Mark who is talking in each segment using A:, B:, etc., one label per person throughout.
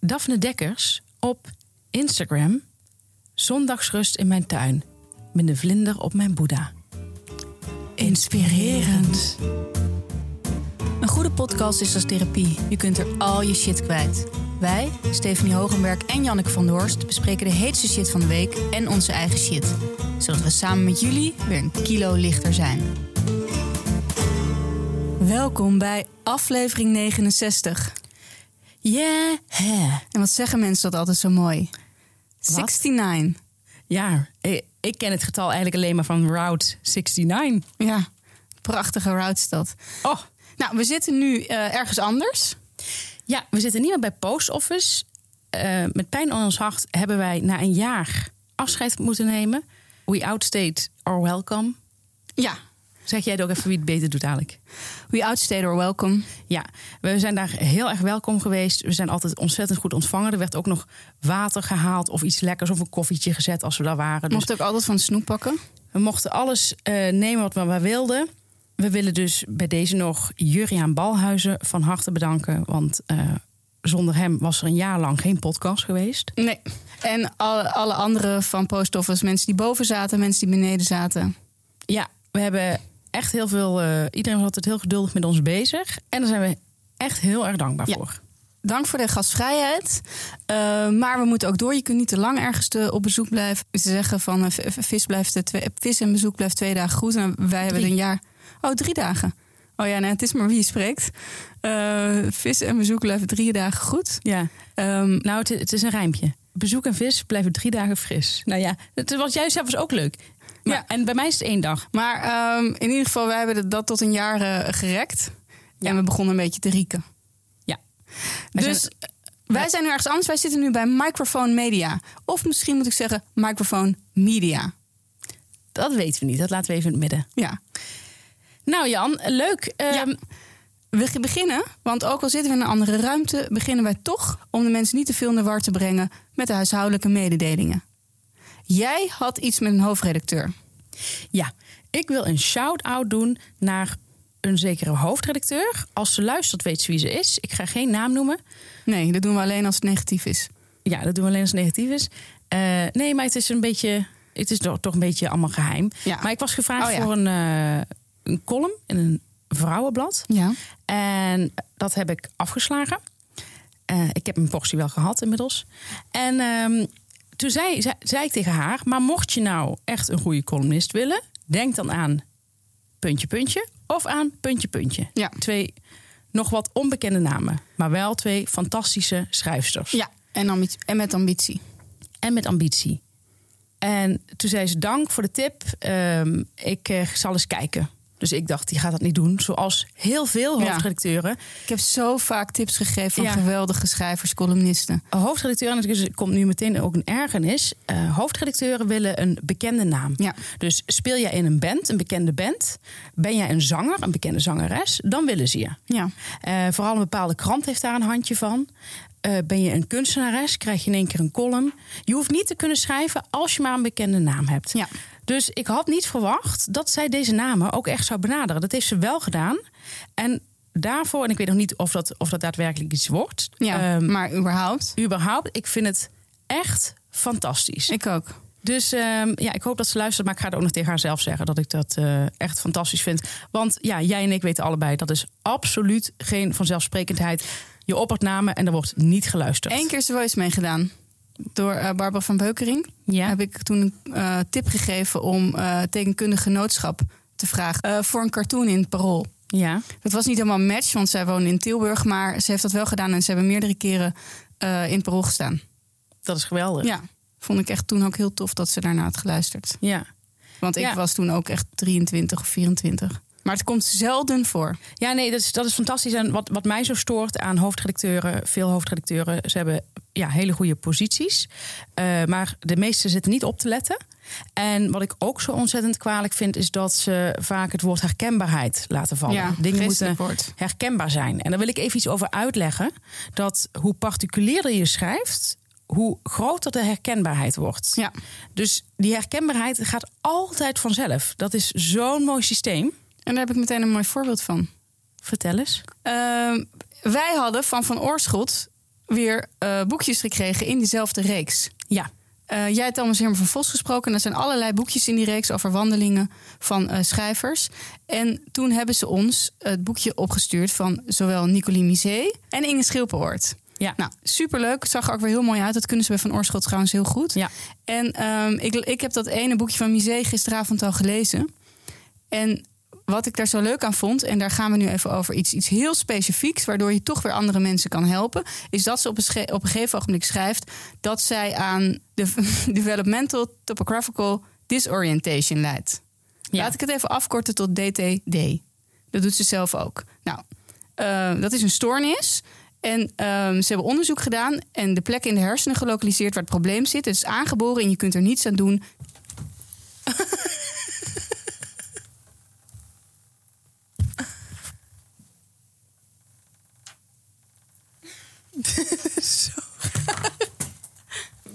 A: Daphne Dekkers op Instagram. Zondagsrust in mijn tuin. Met een vlinder op mijn boeddha. Inspirerend.
B: Een goede podcast is als therapie. Je kunt er al je shit kwijt. Wij, Stephanie Hogenberg en Janneke van Doorst, bespreken de heetste shit van de week en onze eigen shit. Zodat we samen met jullie weer een kilo lichter zijn. Welkom bij aflevering 69. Yeah!
A: Hè.
B: En wat zeggen mensen dat altijd zo mooi? 69.
A: Ja, ik, ik ken het getal eigenlijk alleen maar van Route 69.
B: Ja, prachtige route is dat.
A: Oh,
B: Nou, we zitten nu eh, ergens anders.
A: ja, we zitten niet meer bij Post Office. Eh, met pijn aan ons hart hebben wij na een jaar afscheid moeten nemen. We outstayed our welcome.
B: Ja,
A: Zeg jij het ook even wie het beter doet, dadelijk.
B: we outstayed or welcome.
A: Ja, we zijn daar heel erg welkom geweest. We zijn altijd ontzettend goed ontvangen. Er werd ook nog water gehaald of iets lekkers of een koffietje gezet als we daar waren.
B: We
A: Dus
B: mochten ook altijd van de snoep pakken.
A: we mochten alles eh, nemen wat we maar wilden. We willen dus bij deze nog Juriaan Balhuizen van harte bedanken. Want eh, zonder hem was er een jaar lang geen podcast geweest.
B: Nee. En alle, alle anderen van post office. Mensen die boven zaten, mensen die beneden zaten.
A: Ja, we hebben echt heel veel... eh, iedereen was altijd heel geduldig met ons bezig. En daar zijn we echt heel erg dankbaar
B: Ja.
A: voor.
B: Dank voor de gastvrijheid. Eh, maar we moeten ook door. Je kunt niet te lang ergens te, op bezoek blijven. Ze zeggen van eh, v- vis, blijft eh, twee, vis en bezoek blijft twee dagen goed. En wij hebben
A: Drie.
B: een jaar... Oh, drie dagen. Oh ja, nee, het is maar wie je spreekt. Eh, vis en bezoek blijven drie dagen goed.
A: Ja.
B: Ehm,
A: Nou, het, het is een rijmpje. Bezoek en vis blijven drie dagen fris. Nou ja, het was juist zelf was ook leuk. Maar,
B: Ja.
A: En bij mij is het één dag.
B: Maar ehm, in ieder geval, wij hebben dat tot een jaar eh, gerekt.
A: Ja.
B: En we begonnen een beetje te rieken.
A: Ja. Wij
B: dus
A: zijn-
B: wij zijn nu ergens anders. Wij zitten nu bij Microphone Media. Of misschien moet ik zeggen Microphone Media.
A: Dat weten we niet. Dat laten we even in het midden.
B: Ja.
A: Nou, Jan, leuk. Ehm,
B: We ge- beginnen, want ook al zitten we in een andere ruimte... beginnen wij toch om de mensen niet te veel in de war te brengen... met de huishoudelijke mededelingen. Jij had iets met een hoofdredacteur.
A: Ja, ik wil een shout-out doen naar een zekere hoofdredacteur. Als ze luistert, weet ze wie ze is. Ik ga geen naam noemen.
B: Nee, dat doen we alleen als het negatief is.
A: Ja, dat doen we alleen als het negatief is. Eh, nee, maar het is een beetje. Het is toch toch een beetje allemaal geheim.
B: Ja.
A: Maar ik was gevraagd
B: Oh ja.
A: voor een, eh, een column in een vrouwenblad.
B: Ja.
A: En dat heb ik afgeslagen. Eh, ik heb mijn portie wel gehad inmiddels. En ehm, toen zei, zei, zei ik tegen haar: Maar mocht je nou echt een goede columnist willen, denk dan aan puntje, puntje of aan puntje, puntje.
B: Ja.
A: Twee nog wat onbekende namen, maar wel twee fantastische schrijfsters.
B: Ja, en, ambi- en met ambitie.
A: En met ambitie. En toen zei ze: Dank voor de tip. Ehm, ik eh, zal eens kijken. Dus ik dacht, die gaat dat niet doen. Zoals heel veel
B: Ja.
A: hoofdredacteuren.
B: Ik heb zo vaak tips gegeven van
A: Ja.
B: geweldige schrijvers, columnisten.
A: hoofdredacteur, en er komt nu meteen ook een ergernis. eh, hoofdredacteuren willen een bekende naam.
B: Ja.
A: Dus speel jij in een band, een bekende band. Ben jij een zanger, een bekende zangeres, dan willen ze je.
B: Ja.
A: Eh, vooral een bepaalde krant heeft daar een handje van. Eh, ben je een kunstenares, krijg je in één keer een column. Je hoeft niet te kunnen schrijven als je maar een bekende naam hebt.
B: Ja.
A: Dus ik had niet verwacht dat zij deze namen ook echt zou benaderen. Dat heeft ze wel gedaan. En daarvoor, en ik weet nog niet of dat, of dat daadwerkelijk iets wordt.
B: ja
A: Ehm,
B: maar überhaupt.
A: überhaupt. Ik vind het echt fantastisch.
B: Ik ook.
A: Dus ehm, ja, ik hoop dat ze luistert. Maar ik ga het ook nog tegen haar zelf zeggen dat ik dat eh, echt fantastisch vind. Want ja, jij en ik weten allebei, dat is absoluut geen vanzelfsprekendheid. Je oppert namen en er wordt niet geluisterd.
B: Eén keer is de voice meegedaan. Door eh, Barbara van Beukering.
A: Ja.
B: Heb ik toen een eh, tip gegeven om eh tekenkundige genootschap te vragen. eh, voor een cartoon in het Parool.
A: Ja,
B: Dat was niet helemaal een match, want zij woonde in Tilburg. Maar ze heeft dat wel gedaan en ze hebben meerdere keren eh, in het Parool gestaan.
A: dat is geweldig.
B: Ja. Vond ik echt toen ook heel tof dat ze daarna had geluisterd.
A: Ja.
B: Want ik
A: Ja.
B: was toen ook echt 23 of 24. Maar het komt zelden voor.
A: Ja, nee, dat is, dat is fantastisch. En wat, wat mij zo stoort aan hoofdredacteuren, veel hoofdredacteuren, ze hebben ja, hele goede posities. Eh, maar de meesten zitten niet op te letten. En wat ik ook zo ontzettend kwalijk vind, is dat ze vaak het woord herkenbaarheid laten vallen.
B: Ja,
A: Dingen
B: vreselijk
A: moeten
B: woord.
A: herkenbaar zijn. En daar wil ik even iets over uitleggen. Dat hoe particulierder je schrijft, hoe groter de herkenbaarheid wordt.
B: Ja.
A: Dus die herkenbaarheid gaat altijd vanzelf. Dat is zo'n mooi systeem.
B: En daar heb ik meteen een mooi voorbeeld van.
A: Vertel eens.
B: Ehm, wij hadden van Van Oorschot weer eh, boekjes gekregen in diezelfde reeks.
A: Ja,
B: Eh, jij hebt Thomas Herman van Vos gesproken. En er zijn allerlei boekjes in die reeks over wandelingen van eh, schrijvers. En toen hebben ze ons het boekje opgestuurd van zowel Nicoline Misé en Inge Schilpenoort.
A: ja.
B: Nou, superleuk. Het zag er ook weer heel mooi uit. Dat kunnen ze bij Van Oorschot trouwens heel goed.
A: ja.
B: En ehm, ik, ik heb dat ene boekje van Misé gisteravond al gelezen. En wat ik daar zo leuk aan vond, en daar gaan we nu even over iets, iets heel specifieks, waardoor je toch weer andere mensen kan helpen, is dat ze op een, sche- op een gegeven ogenblik schrijft dat zij aan de Developmental Topographical Disorientation leidt.
A: Ja.
B: Laat ik het even afkorten tot DTD. Dat doet ze zelf ook. Nou, eh, dat is een stoornis. En ehm, ze hebben onderzoek gedaan en de plek in de hersenen gelokaliseerd waar het probleem zit. Het is aangeboren en je kunt er niets aan doen.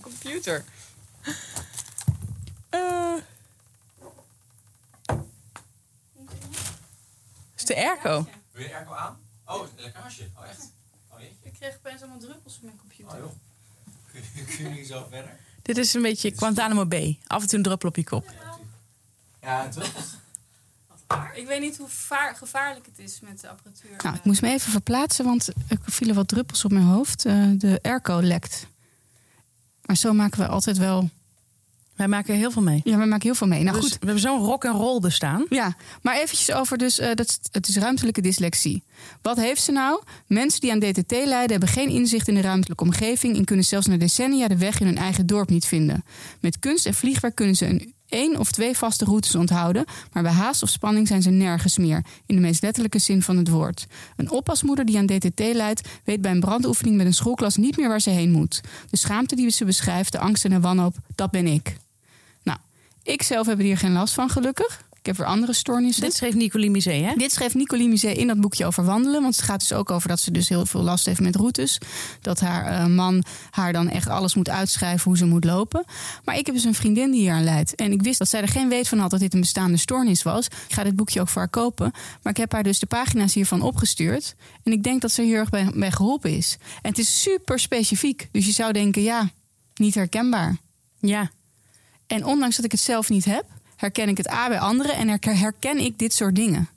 C: computer.
A: is de airco.
C: Wil je de airco aan? Oh, een lekkage. Oh, echt? Oh, jeetje.
B: Ik kreeg opeens allemaal druppels op mijn computer.
C: Oh, joh. Kun je- Kun je niet zo verder?
A: Dit is een beetje Guantanamo B. Af en toe een druppel op je kop.
C: Ja, toch?
D: Ik weet niet hoe vaar- gevaarlijk het is met de apparatuur.
B: Nou, ik moest me even verplaatsen, want er vielen wat druppels op mijn hoofd. Eh, de airco lekt. Maar zo maken we altijd wel...
A: Wij maken heel veel mee.
B: Ja, we maken heel veel mee. Nou
A: Dus
B: goed,
A: We hebben zo'n rock en roll bestaan.
B: Ja, maar eventjes over dus, eh, dat, het is ruimtelijke dyslexie. Wat heeft ze nou? Mensen die aan DTT lijden hebben geen inzicht in de ruimtelijke omgeving... en kunnen zelfs na decennia de weg in hun eigen dorp niet vinden. Met kunst en vliegwerk kunnen ze een één of twee vaste routes onthouden... maar bij haast of spanning zijn ze nergens meer... in de meest letterlijke zin van het woord. Een oppasmoeder die aan DTT lijdt... weet bij een brandoefening met een schoolklas niet meer waar ze heen moet. De schaamte die ze beschrijft, de angst en de wanhoop, dat ben ik. Nou, ik zelf heb er hier geen last van, gelukkig. Ik heb weer andere stoornissen.
A: Dit schreef Nicoline Misé, hè?
B: Dit schreef Nicoline Misé in dat boekje over wandelen. Want het gaat dus ook over dat ze dus heel veel last heeft met routes. Dat haar eh, man haar dan echt alles moet uitschrijven hoe ze moet lopen. Maar ik heb dus een vriendin die hier aan leidt. En ik wist dat zij er geen weet van had dat dit een bestaande stoornis was. Ik ga dit boekje ook voor haar kopen. Maar ik heb haar dus de pagina's hiervan opgestuurd. En ik denk dat ze hier heel erg bij, bij geholpen is. En het is super specifiek. Dus je zou denken, ja, niet herkenbaar.
A: Ja.
B: En ondanks dat ik het zelf niet heb, herken ik het A bij anderen en herken, herken ik dit soort dingen.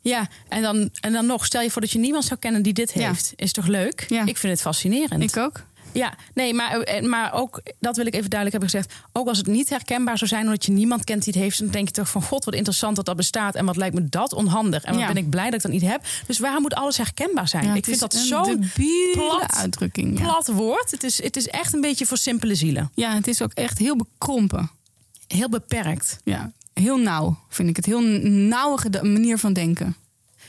A: Ja, en dan, en dan nog, stel je voor dat je niemand zou kennen die dit
B: Ja.
A: heeft. Is toch leuk?
B: Ja.
A: Ik vind het fascinerend.
B: Ik ook.
A: Ja, nee, maar, eh, maar ook, dat wil ik even duidelijk hebben gezegd. Ook als het niet herkenbaar zou zijn, omdat je niemand kent die het heeft, dan denk je toch van god, wat interessant dat dat bestaat. En wat lijkt me dat onhandig. En wat
B: Ja.
A: ben ik blij dat ik dat niet heb. Dus waarom moet alles herkenbaar zijn?
B: Ja,
A: ik
B: het
A: vind
B: is
A: dat
B: een
A: zo'n
B: debiele
A: plat-
B: uitdrukking. Ja.
A: plat woord. Het is, het is echt een beetje voor simpele zielen.
B: ja, het is ook echt heel bekrompen.
A: Heel beperkt.
B: Ja, heel nauw vind ik het. Heel n- nauwe geda- manier van denken.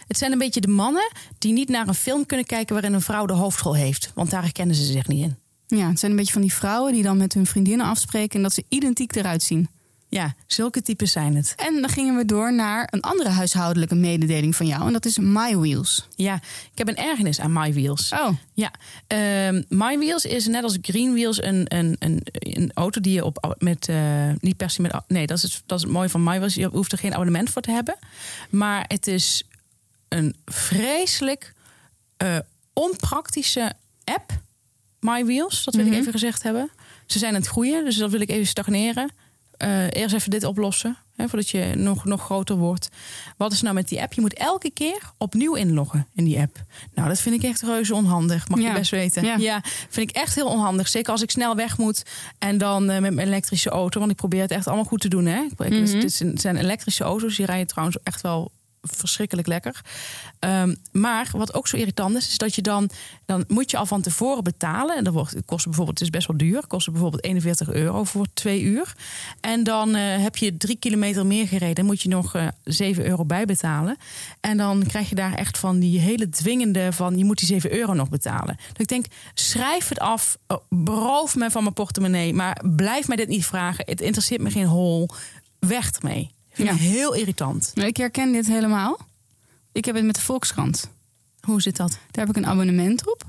A: Het zijn een beetje de mannen die niet naar een film kunnen kijken waarin een vrouw de hoofdrol heeft. Want daar herkennen ze zich niet in.
B: Ja, het zijn een beetje van die vrouwen die dan met hun vriendinnen afspreken en dat ze identiek eruit zien.
A: Ja, zulke types zijn het.
B: En dan gingen we door naar een andere huishoudelijke mededeling van jou en dat is My Wheels.
A: Ja, ik heb een ergernis aan My Wheels.
B: Oh,
A: Ja, ehm My Wheels is net als Green Wheels een, een, een, een auto die je op, met, eh, niet per se met... Nee, dat is, het, dat is het mooie van My Wheels. Je hoeft er geen abonnement voor te hebben. Maar het is een vreselijk eh, onpraktische app, My Wheels. Dat wil
B: Mhm.
A: ik even gezegd hebben. Ze zijn aan het groeien, dus dat wil ik even stagneren. Eh, eerst even dit oplossen, hè, voordat je nog, nog groter wordt. Wat is nou met die app? Je moet elke keer opnieuw inloggen in die app. Nou, dat vind ik echt reuze onhandig, mag
B: Ja.
A: je best weten.
B: Ja.
A: Ja, vind ik echt heel onhandig. Zeker als ik snel weg moet en dan eh, met mijn elektrische auto. Want ik probeer het echt allemaal goed te doen. Hè? Ik- ik-
B: Mhm.
A: Dit zijn- zijn elektrische auto's. Die rijden trouwens echt wel verschrikkelijk lekker. Ehm, maar wat ook zo irritant is, is dat je dan... dan moet je al van tevoren betalen. En dat wordt, het, kost bijvoorbeeld, het is best wel duur. Het kost bijvoorbeeld 41 euro voor twee uur. En dan eh, heb je drie kilometer meer gereden. Dan moet je nog eh 7 euro bijbetalen. En dan krijg je daar echt van die hele dwingende... van je moet die 7 euro nog betalen. Dat ik denk, schrijf het af. eh, Beroof me van mijn portemonnee. Maar blijf mij dit niet vragen. Het interesseert me geen hol. Weg ermee. Vind ik
B: Ja.
A: Heel irritant.
B: nou, ik herken dit helemaal. Ik heb het met de Volkskrant.
A: Hoe zit dat?
B: Daar heb ik een abonnement op.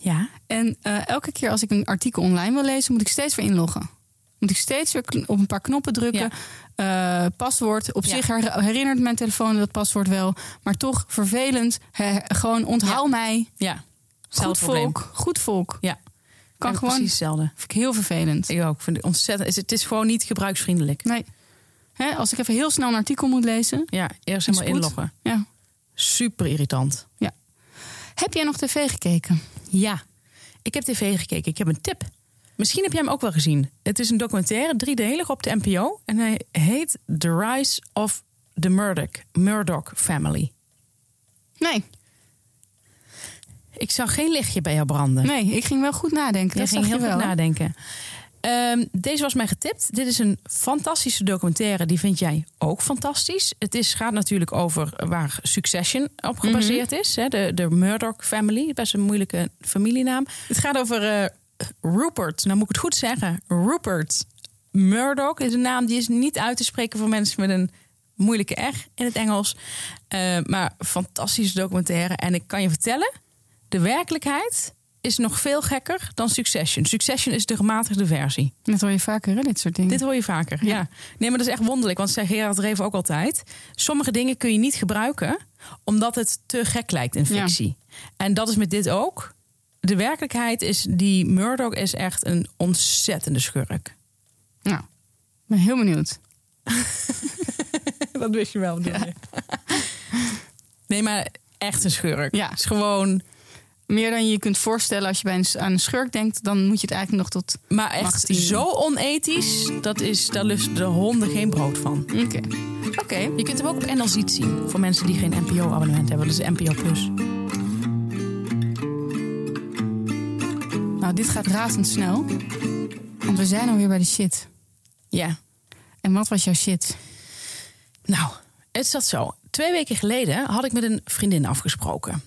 A: Ja.
B: En eh, elke keer als ik een artikel online wil lezen, moet ik steeds weer inloggen. Moet ik steeds weer kn- op een paar knoppen drukken. Eh, paswoord. Op
A: Ja.
B: zich her- herinnert mijn telefoon dat paswoord wel. Maar toch vervelend. He- gewoon onthoud mij.
A: Ja.
B: Goed
A: Hetzelfde probleem.
B: volk. Goed volk.
A: Ja.
B: Kan
A: Ja,
B: gewoon.
A: Precies hetzelfde.
B: Vind ik heel vervelend.
A: Ik ook. Vind het ontzettend. is- Het is gewoon niet gebruiksvriendelijk.
B: Nee. Hè, als ik even heel snel een artikel moet lezen.
A: Ja, eerst
B: is
A: helemaal
B: goed.
A: inloggen.
B: Ja.
A: Super irritant.
B: Heb jij nog tv gekeken?
A: Ja, ik heb tv gekeken. Ik heb een tip. Misschien heb jij hem ook wel gezien. Het is een documentaire, driedelig op de NPO. En hij heet The Rise of the Murdoch, Murdoch Family.
B: Nee.
A: Ik zag geen lichtje bij jou branden.
B: Nee, ik ging wel goed nadenken.
A: Jij
B: dat
A: ging
B: zag
A: heel
B: je
A: goed
B: wel, hè?
A: nadenken. Ehm, deze was mij getipt. Dit is een fantastische documentaire. Die vind jij ook fantastisch. Het is, gaat natuurlijk over waar Succession
B: Mhm.
A: op gebaseerd is. Hè? De, de Murdoch family. Best een moeilijke familienaam. Het gaat over eh, Rupert. Nou moet ik het goed zeggen. Rupert Murdoch is een naam die is niet uit te spreken voor mensen met een moeilijke R in het Engels. Eh, maar fantastische documentaire. En ik kan je vertellen de werkelijkheid is nog veel gekker dan Succession. Succession is de gematigde versie.
B: Dat hoor je vaker, hè, dit soort dingen.
A: Dit hoor je vaker. Ja. Nee, maar dat is echt wonderlijk, want zei Gerard Reven ook altijd. Sommige dingen kun je niet gebruiken omdat het te gek lijkt in
B: Ja.
A: fictie. En dat is met dit ook. De werkelijkheid is die Murdoch is echt een ontzettende schurk.
B: Nou, ik ben heel benieuwd.
A: Dat wist je wel, Nee, maar echt een schurk.
B: Ja.
A: Is gewoon
B: Meer dan je je kunt voorstellen als je bij een, s- aan een schurk denkt, dan moet je het eigenlijk nog tot.
A: maar echt
B: Mag die-
A: zo onethisch. Dat is daar lusten de honden geen brood van.
B: Oké.
A: Oké. Je kunt hem ook op NL Ziet zien. Voor mensen die geen NPO-abonnement hebben. Dat is NPO Plus.
B: Nou, dit gaat razendsnel. Want we zijn alweer bij de shit.
A: Ja.
B: En wat was jouw shit?
A: Hm. Nou, het zat zo. Twee weken geleden had ik met een vriendin afgesproken.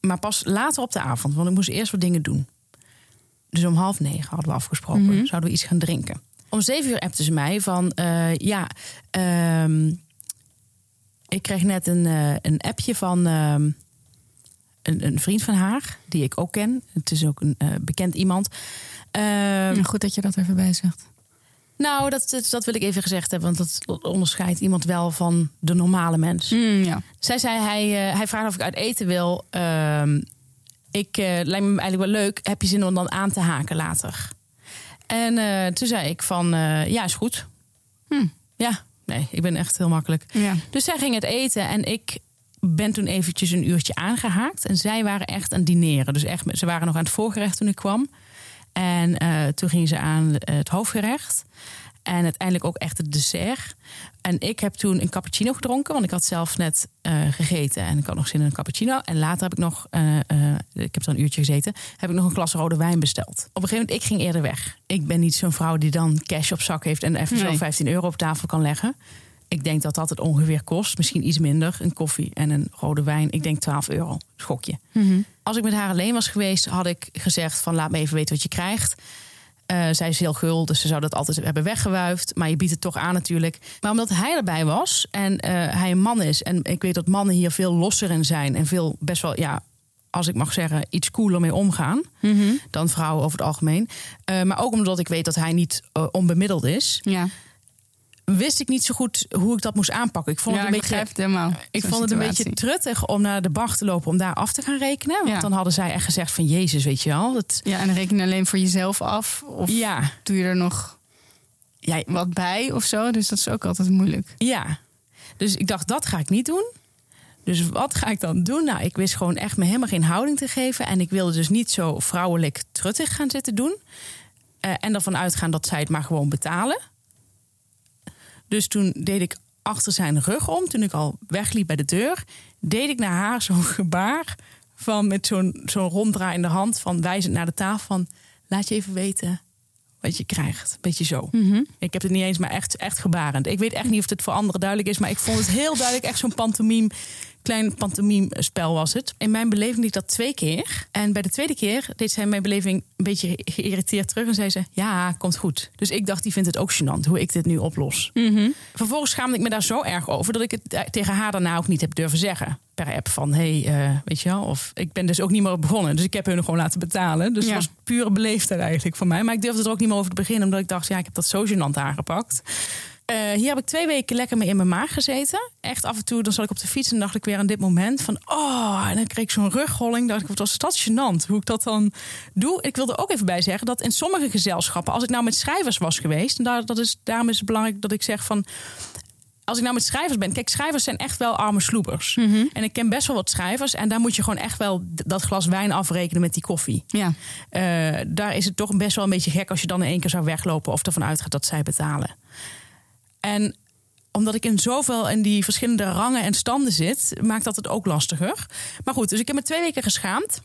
A: Maar pas later op de avond, want ik moest eerst wat dingen doen. Dus om half negen hadden we afgesproken. Zouden we iets gaan drinken. Om zeven uur appte ze mij van... eh, ja, ehm, ik kreeg net een, eh, een appje van ehm, een, een vriend van haar... die ik ook ken. Het is ook een eh, bekend iemand. Ehm,
B: Nou, goed dat je dat even bij zegt.
A: nou, dat, dat, dat wil ik even gezegd hebben, want dat onderscheidt iemand wel van de normale mens.
B: ja.
A: Zij zei, hij, eh, hij vraagt of ik uit eten wil. Ehm, ik eh, lijkt me eigenlijk wel leuk. Heb je zin om dan aan te haken later? En eh, toen zei ik van, eh, ja, is goed.
B: Hm.
A: Ja, nee, ik ben echt heel makkelijk.
B: Ja.
A: Dus zij ging het eten en ik ben toen eventjes een uurtje aangehaakt. En zij waren echt aan het dineren. Dus echt, ze waren nog aan het voorgerecht toen ik kwam. En eh, toen gingen ze aan eh, het hoofdgerecht. En uiteindelijk ook echt het dessert. En ik heb toen een cappuccino gedronken, want ik had zelf net eh, gegeten. En ik had nog zin in een cappuccino. En later heb ik nog, eh, eh, ik heb dan een uurtje gezeten, heb ik nog een glas rode wijn besteld. Op een gegeven moment, ik ging eerder weg. Ik ben niet zo'n vrouw die dan cash op zak heeft en even
B: Nee.
A: zo 15 euro op tafel kan leggen. Ik denk dat dat het ongeveer kost. Misschien iets minder. Een koffie en een rode wijn. Ik denk 12 euro. Schokje. Als ik met haar alleen was geweest, had ik gezegd van laat me even weten wat je krijgt. Eh, zij is heel gul, dus ze zou dat altijd hebben weggewuifd. Maar je biedt het toch aan natuurlijk. Maar omdat hij erbij was en eh, hij een man is... en ik weet dat mannen hier veel losser in zijn... en veel best wel, ja, als ik mag zeggen, iets cooler mee omgaan... dan vrouwen over het algemeen. Eh, maar ook omdat ik weet dat hij niet eh, onbemiddeld is...
B: Ja.
A: wist ik niet zo goed hoe ik dat moest aanpakken. Ik vond
B: ja,
A: het
B: ik
A: een beetje...
B: begrijp het helemaal.
A: Ik
B: zo'n
A: vond het een beetje
B: situatie.
A: truttig om naar de bar te lopen om daar af te gaan rekenen. Want
B: Ja.
A: dan hadden zij echt gezegd van Jezus, weet je wel. Dat,
B: Ja, en dan reken je alleen voor jezelf af. Of
A: ja,
B: doe je er nog
A: ja,
B: wat bij of zo. Dus dat is ook altijd moeilijk.
A: ja. Dus ik dacht, dat ga ik niet doen. Dus wat ga ik dan doen? Nou, ik wist gewoon echt me helemaal geen houding te geven. En ik wilde dus niet zo vrouwelijk truttig gaan zitten doen. Eh, en ervan uitgaan dat zij het maar gewoon betalen. Dus toen deed ik achter zijn rug om, toen ik al wegliep bij de deur, deed ik naar haar zo'n gebaar van met zo'n zo'n ronddraaiende hand van wijzend naar de tafel van laat je even weten wat je krijgt. Beetje zo. Ik heb het niet eens, maar echt, echt gebarend. Ik weet echt niet of het voor anderen duidelijk is, maar ik vond het heel duidelijk echt zo'n pantomime, klein pantomime spel was het. In mijn beleving deed ik dat twee keer. En bij de tweede keer deed zij in mijn beleving een beetje ge- geïrriteerd terug en zei ze ja, komt goed. Dus ik dacht, die vindt het ook gênant hoe ik dit nu oplos. Vervolgens schaamde ik me daar zo erg over dat ik het eh, tegen haar daarna ook niet heb durven zeggen. Per app van hé, hey, eh, weet je wel. Of ik ben dus ook niet meer begonnen. Dus ik heb hun gewoon laten betalen. Dus
B: Ja.
A: het was pure beleefdheid eigenlijk van mij. Maar ik durfde er ook niet meer over te beginnen. Omdat ik dacht, ja, ik heb dat zo gênant aangepakt. Eh, hier heb ik twee weken lekker mee in mijn maag gezeten. Echt af en toe, dan zat ik op de fiets en dacht ik weer aan dit moment van... Oh, en dan kreeg ik zo'n rugholling. Dacht ik, wat was dat gênant, hoe ik dat dan doe. Ik wil er ook even bij zeggen dat in sommige gezelschappen... als ik nou met schrijvers was geweest... en daar, dat is, daarom is het belangrijk dat ik zeg van... Als ik nou met schrijvers ben... Kijk, schrijvers zijn echt wel arme sloepers. En ik ken best wel wat schrijvers. En daar moet je gewoon echt wel d- dat glas wijn afrekenen met die koffie.
B: Ja.
A: Eh, daar is het toch best wel een beetje gek als je dan in één keer zou weglopen of ervan uitgaat dat zij betalen. En omdat ik in zoveel in die verschillende rangen en standen zit, maakt dat het ook lastiger. Maar goed, dus ik heb me twee weken geschaamd.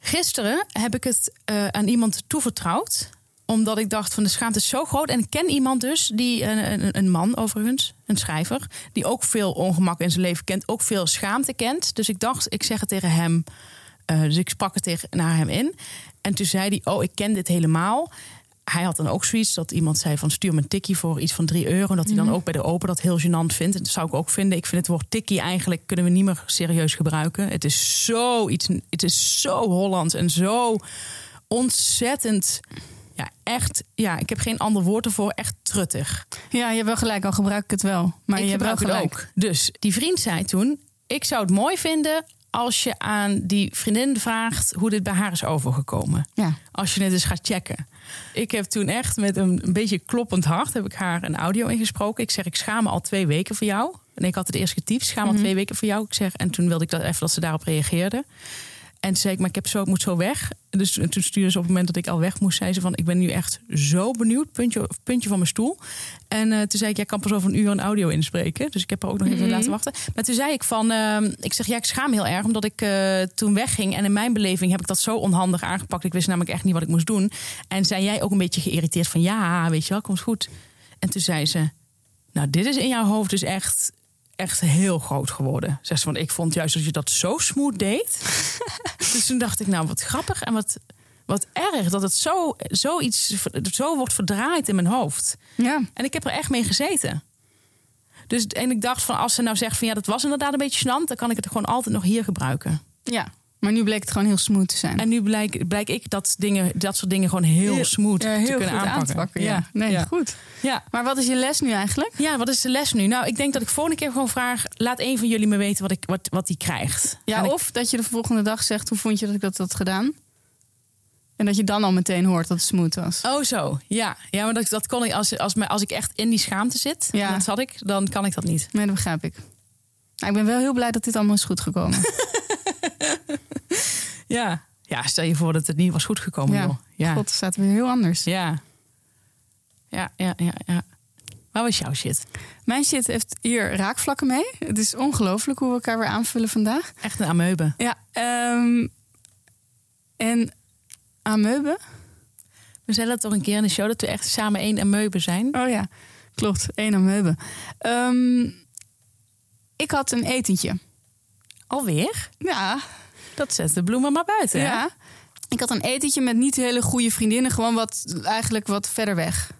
A: Gisteren heb ik het eh, aan iemand toevertrouwd. Omdat ik dacht van de schaamte is zo groot. En ik ken iemand dus, die, een, een, een man overigens, een schrijver. Die ook veel ongemak in zijn leven kent. Ook veel schaamte kent. Dus ik dacht, ik zeg het tegen hem. Eh, dus ik sprak het tegen, naar hem in. En toen zei hij, oh ik ken dit helemaal. Hij had dan ook zoiets dat iemand zei van stuur me een tikkie voor iets van 3 euro. En dat hij dan ook bij de open dat heel gênant vindt. En dat zou ik ook vinden. Ik vind het woord tikkie eigenlijk kunnen we niet meer serieus gebruiken. Het is zo iets, het is zo Hollands en zo ontzettend, ja echt, ja ik heb geen ander woord ervoor, echt truttig.
B: ja, je hebt wel gelijk, al gebruik ik het wel. Maar
A: Ik
B: je hebt wel
A: gebruik het
B: gelijk.
A: ook. Dus die vriend zei toen: Ik zou het mooi vinden als je aan die vriendin vraagt hoe dit bij haar is overgekomen.
B: Ja.
A: Als je het eens gaat checken. Ik heb toen echt met een, een beetje kloppend hart heb ik haar een audio ingesproken. Ik zeg: Ik schaam me al twee weken voor jou. En ik had het eerst getypt: Schaam me al twee weken voor jou. Ik zeg, en toen wilde ik dat even dat ze daarop reageerde. En toen zei ik, maar ik, heb zo, ik moet zo weg. Dus en toen stuurde ze op het moment dat ik al weg moest, zei ze van... ik ben nu echt zo benieuwd, puntje, puntje van mijn stoel. En eh, toen zei ik, jij kan pas over een uur een audio inspreken. Dus ik heb haar ook nog even laten wachten. Maar toen zei ik van, ehm, ik zeg, ja, ik schaam me heel erg... omdat ik eh, toen wegging en in mijn beleving heb ik dat zo onhandig aangepakt. Ik wist namelijk echt niet wat ik moest doen. En zei jij ook een beetje geïrriteerd van, ja, weet je wel, komt goed. En toen zei ze, nou, dit is in jouw hoofd dus echt, echt heel groot geworden. Zegt ze, want ik vond juist dat je dat zo smooth deed. dus toen dacht ik, nou, wat grappig en wat, wat erg dat het zo, zoiets, zo wordt verdraaid in mijn hoofd.
B: Ja.
A: En ik heb er echt mee gezeten. Dus en ik dacht van, als ze nou zegt van ja, dat was inderdaad een beetje gênant, dan kan ik het gewoon altijd nog hier gebruiken.
B: ja, maar nu bleek het gewoon heel smooth te zijn.
A: En nu blijk, blijk ik dat, dingen, dat soort dingen gewoon heel smooth
B: Ja,
A: te
B: heel
A: kunnen
B: goed aan te
A: aanpakken.
B: pakken, ja. Nee,
A: ja.
B: goed.
A: ja.
B: Maar wat is je les nu eigenlijk?
A: Ja, wat is de les nu? Nou, ik denk dat ik volgende keer gewoon vraag... laat een van jullie me weten wat, ik, wat, wat die krijgt. En
B: Ja,
A: ik-
B: of dat je de volgende dag zegt, hoe vond je dat ik dat had gedaan? En dat je dan al meteen hoort dat het smooth was.
A: Oh zo, ja. Ja, maar dat, dat kon ik als, als, me- als ik echt in die schaamte zit...
B: Ja.
A: en dat zat ik, dan kan ik dat niet.
B: Nee, dat begrijp ik. Nou, ik ben wel heel blij dat dit allemaal is goed gekomen.
A: Ja. Ja, stel je voor dat het niet was goed gekomen,
B: ja,
A: joh.
B: ja.
A: Ja.
B: God, staat weer heel anders.
A: ja. Ja, ja, ja, ja. Waar was jouw shit?
B: Mijn shit heeft hier raakvlakken mee. Het is ongelooflijk hoe we elkaar weer aanvullen vandaag.
A: Echt een ameuben.
B: Ja, ehm, en ameuben?
A: We zeiden dat toch een keer in de show... dat we echt samen één ameuben zijn.
B: Oh ja, klopt. Eén ameuben. Ehm, ik had een etentje.
A: Alweer?
B: Ja,
A: Dat zet de bloemen maar buiten, hè?
B: Ja. Ik had een etentje met niet hele goede vriendinnen, gewoon wat eigenlijk wat verder weg.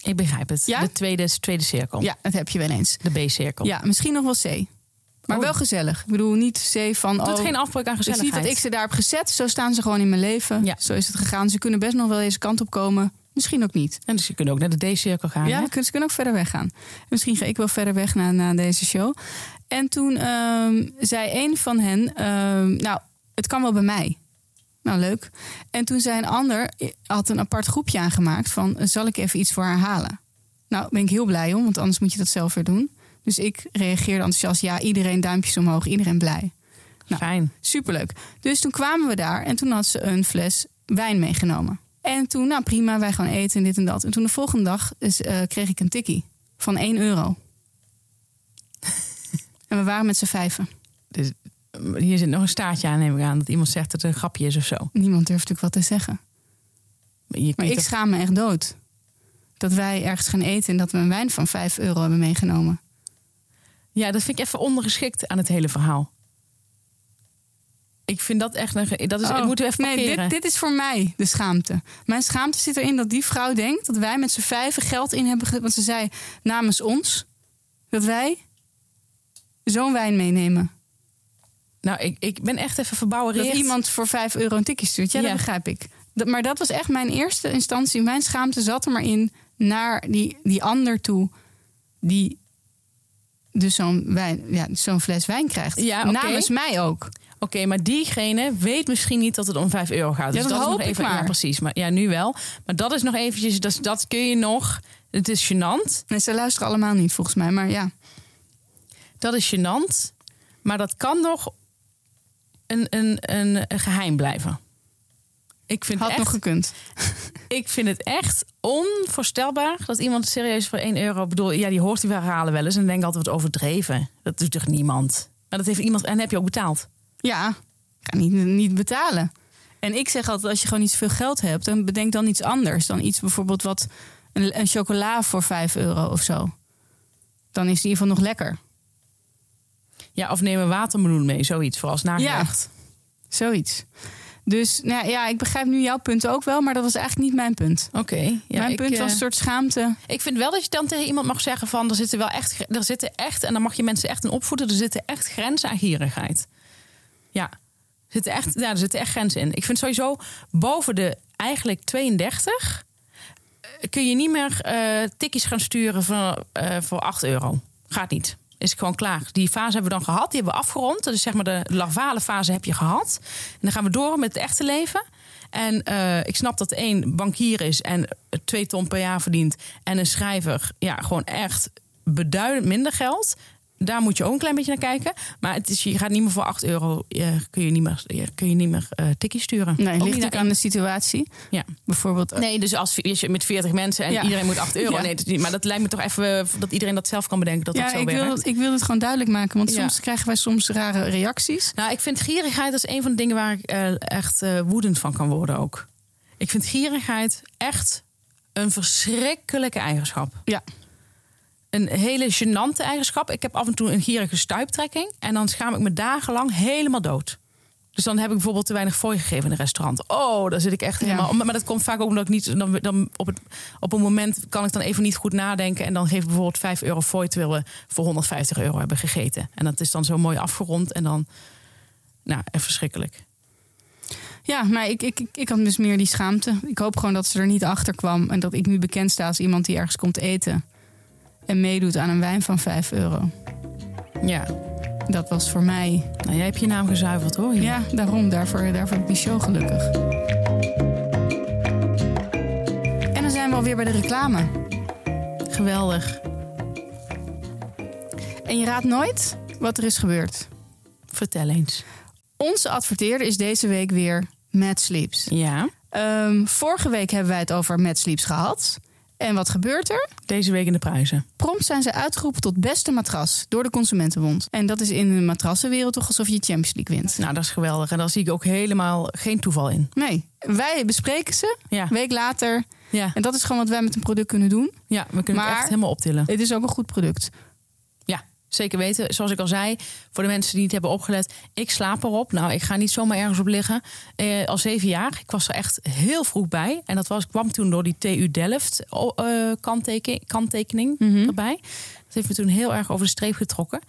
A: Ik begrijp het.
B: Ja?
A: De tweede, tweede cirkel.
B: Ja, dat heb je wel eens.
A: De B-cirkel.
B: Ja, misschien nog wel C. Maar
A: Oh.
B: wel gezellig. Ik bedoel, niet C van.
A: Doet
B: oh,
A: geen afbreuk aan
B: ik
A: gezelligheid.
B: zie dat ik ze daar heb gezet. Zo staan ze gewoon in mijn leven.
A: Ja.
B: Zo is het gegaan. Ze kunnen best nog wel deze kant op komen. Misschien ook niet.
A: En dus je kunt ook naar de D-cirkel gaan.
B: Ja,
A: hè?
B: kun- ze kunnen ook verder weggaan. Misschien ga ik wel verder weg na, na deze show. En toen ehm, zei een van hen, ehm, nou, het kan wel bij mij. Nou, leuk. En toen zei een ander, eh, had een apart groepje aangemaakt van, eh, zal ik even iets voor haar halen? Nou, ben ik heel blij om, want anders moet je dat zelf weer doen. Dus ik reageerde enthousiast, ja, iedereen duimpjes omhoog, iedereen blij. Nou.
A: Fijn.
B: Superleuk. Dus toen kwamen we daar en toen had ze een fles wijn meegenomen. En toen, nou prima, wij gaan eten en dit en dat. En toen de volgende dag is, eh, kreeg ik een tikkie van 1 euro. en we waren met z'n vijven.
A: Dus, eh, hier zit nog een staartje aan, neem ik aan. Dat iemand zegt dat het een grapje is of zo.
B: Niemand durft natuurlijk wat te zeggen.
A: Maar, je
B: Maar
A: kunt
B: ik
A: toch-
B: schaam me echt dood. Dat wij ergens gaan eten en dat we een wijn van 5 euro hebben meegenomen.
A: Ja, dat vind ik even ondergeschikt aan het hele verhaal. Ik vind dat echt een... ge- Dat is, dat Dus moeten we even
B: Oh. nee,
A: parkeren.
B: dit, dit is voor mij de schaamte. Mijn schaamte zit erin dat die vrouw denkt dat wij met z'n vijven geld in hebben. ge- Want ze zei namens ons dat wij zo'n wijn meenemen.
A: Nou, ik, ik ben echt even verbouwereerd.
B: Dat iemand voor 5 euro een tikje stuurt. Ja, dat
A: Ja.
B: begrijp ik. Dat, maar dat was echt mijn eerste instantie. Mijn schaamte zat er maar in naar die, die ander toe die dus zo'n wijn, ja, zo'n fles wijn krijgt.
A: Ja, oké.
B: Namens mij ook.
A: Oké, maar diegene weet misschien niet dat het om 5 euro gaat.
B: Ja,
A: Dus
B: dat
A: dat is
B: hoop
A: nog
B: ik
A: even,
B: maar.
A: Ja, precies. Maar ja, nu wel. Maar dat is nog eventjes, dat, is- dat kun je nog. Het is gênant.
B: En ze luisteren allemaal niet volgens mij, maar ja.
A: Dat is gênant. Maar dat kan nog een, een, een, een geheim blijven. Ik vind,
B: Had
A: echt,
B: nog gekund.
A: ik vind het echt onvoorstelbaar dat iemand serieus voor 1 euro... bedoel, ja, die hoort die verhalen wel eens en denkt altijd wat overdreven. Dat doet toch niemand? Maar dat heeft iemand en heb je ook betaald.
B: Ja, ik ga niet, niet betalen. En ik zeg altijd, als je gewoon niet zoveel geld hebt, dan bedenk dan iets anders. Dan iets bijvoorbeeld wat, een, een chocola voor 5 euro of zo. Dan is die in ieder geval nog lekker.
A: Ja, of neem een watermeloen mee, zoiets, voor als nagerecht.
B: Zoiets. Dus nou ja, ik begrijp nu jouw punt ook wel, maar dat was eigenlijk niet mijn punt.
A: Oké. ja,
B: mijn
A: ik,
B: punt was
A: eh,
B: een soort schaamte.
A: Ik vind wel dat je dan tegen iemand mag zeggen van... er zitten wel echt, er zitten echt en dan mag je mensen echt in opvoeden... er zitten echt grenzen aan gierigheid. Ja, er zitten echt, ja, er zitten echt grenzen in. Ik vind sowieso boven de eigenlijk 32... eh, kun je niet meer eh tikkies gaan sturen voor, eh, voor 8 euro. Gaat niet. Is gewoon klaar. Die fase hebben we dan gehad. Die hebben we afgerond. Dus zeg maar de larvale fase heb je gehad. En dan gaan we door met het echte leven. En eh, ik snap dat één bankier is en twee ton per jaar verdient. En een schrijver, ja, gewoon echt beduidend minder geld. Daar moet je ook een klein beetje naar kijken. Maar het is, je gaat niet meer voor 8 euro. eh, kun je niet meer, eh, kun je niet meer eh, tikkie sturen.
B: Nee,
A: Ook
B: ligt
A: niet
B: ook aan de situatie.
A: Ja.
B: Bijvoorbeeld, eh,
A: Nee, dus als, als je met 40 mensen en
B: Ja.
A: iedereen moet 8 euro.
B: Ja.
A: Nee, dat is niet, maar dat lijkt me toch even eh, dat iedereen dat zelf kan bedenken. Dat dat
B: ja,
A: zo
B: ik
A: werkt.
B: wil, ik wil het gewoon duidelijk maken, want
A: Ja.
B: soms krijgen wij soms rare reacties.
A: Nou, ik vind gierigheid als een van de dingen waar ik eh, echt eh, woedend van kan worden ook. Ik vind gierigheid echt een verschrikkelijke eigenschap.
B: Ja,
A: Een hele gênante eigenschap. Ik heb af en toe een gierige stuiptrekking. En dan schaam ik me dagenlang helemaal dood. Dus dan heb ik bijvoorbeeld te weinig fooi gegeven in een restaurant. Oh, daar zit ik echt
B: Ja.
A: helemaal... Maar maar dat komt vaak ook omdat ik niet... Dan, dan op, het, op een moment kan ik dan even niet goed nadenken. En dan geef ik bijvoorbeeld 5 euro fooi... terwijl we voor 150 euro hebben gegeten. En dat is dan zo mooi afgerond. En dan... Nou, echt verschrikkelijk.
B: ja maar ik, ik, ik, ik had dus meer die schaamte. Ik hoop gewoon dat ze er niet achter kwam en dat ik nu bekend sta als iemand die ergens komt eten. En meedoet aan een wijn van 5 euro.
A: Ja.
B: Dat was voor mij.
A: Nou, jij hebt je naam gezuiverd, hoor. jongen.
B: Ja, daarom. Daarvoor, daarvoor heb ik die show gelukkig. En dan zijn we alweer bij de reclame.
A: Geweldig.
B: En je raadt nooit wat er is gebeurd.
A: Vertel eens.
B: Onze adverteerder is deze week weer Mad Sleeps.
A: Ja.
B: Ehm, vorige week hebben wij het over Mad Sleeps gehad. En wat gebeurt er?
A: Deze week in de prijzen.
B: Prompt zijn ze uitgeroepen tot beste matras door de Consumentenbond. En dat is in de matrassenwereld toch alsof je Champions League wint.
A: Nou, dat is geweldig. En daar zie ik ook helemaal geen toeval in.
B: Nee, wij bespreken ze
A: Ja.
B: een week later.
A: Ja,
B: En dat is gewoon wat wij met een product kunnen doen.
A: ja we kunnen
B: Maar- Eh,
A: het echt helemaal optillen.
B: Het is ook een goed product.
A: Ja, zeker weten. Zoals ik al zei, voor de mensen die niet hebben opgelet, ik slaap erop. Nou, ik ga niet zomaar ergens op liggen. Eh, al zeven jaar, ik was er echt heel vroeg bij. En dat was, kwam toen door die TU Delft o- eh, kanttekening, kanttekening erbij. Dat heeft me toen heel erg over de streep getrokken.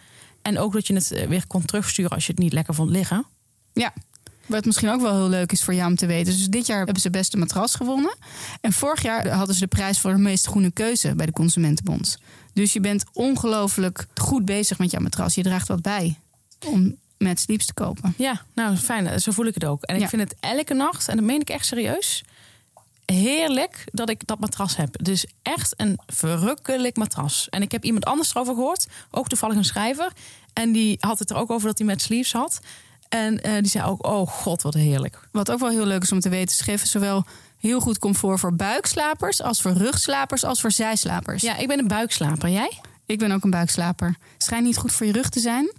A: En ook dat je het eh, weer kon terugsturen als je het niet lekker vond liggen.
B: Ja. Wat misschien ook wel heel leuk is voor jou om te weten. Dus dit jaar hebben ze beste matras gewonnen. En vorig jaar hadden ze de prijs voor de meest groene keuze bij de Consumentenbond. Dus je bent ongelooflijk goed bezig met jouw matras. Je draagt wat bij om met sleeps te kopen.
A: Ja, nou fijn, zo voel ik het ook. En
B: Ja.
A: ik vind het elke nacht, en dat meen ik echt serieus, heerlijk dat ik dat matras heb. Het is echt een verrukkelijk matras. En ik heb iemand anders erover gehoord, ook toevallig een schrijver. En die had het er ook over dat hij met sleeves had. En eh, die zei ook, oh god, wat heerlijk.
B: Wat ook wel heel leuk is om te weten, ze geven zowel heel goed comfort voor buikslapers, als voor rugslapers, als voor zijslapers.
A: Ja, ik ben een buikslaper, jij?
B: Ik ben ook een buikslaper. Schijnt niet goed voor je rug te zijn, maar,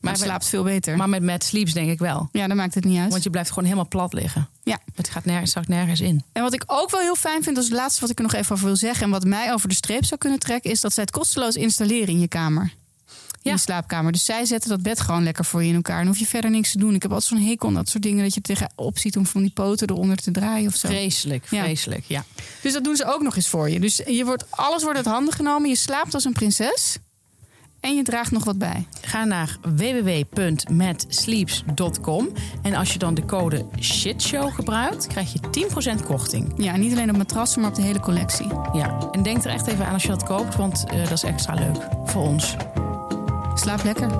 A: Maar we-
B: slaapt veel beter.
A: Maar met met sleeves denk ik wel.
B: ja, dan maakt het niet uit.
A: Want je blijft gewoon helemaal plat liggen.
B: Ja.
A: Het gaat nergens, zakt nergens in.
B: En wat ik ook wel heel fijn vind, als het laatste wat ik er nog even over wil zeggen... en wat mij over de streep zou kunnen trekken... is dat zij het kosteloos installeren in je kamer. In
A: Ja.
B: je slaapkamer. Dus zij zetten dat bed gewoon lekker voor je in elkaar. En hoef je verder niks te doen. Ik heb altijd zo'n hekel aan dat soort dingen... dat je tegenop ziet om van die poten eronder te draaien of zo.
A: Vreselijk,
B: Ja.
A: vreselijk, ja.
B: Dus dat doen ze ook nog eens voor je. Dus je wordt, alles wordt uit handen genomen. Je slaapt als een prinses. En je draagt nog wat bij.
A: Ga naar www.matsleeps.com. En als je dan de code SHITSHOW gebruikt, krijg je 10% korting.
B: Ja, niet alleen op matrassen, maar op de hele collectie.
A: Ja, en denk er echt even aan als je dat koopt, want eh, dat is extra leuk voor ons.
B: Slaap lekker.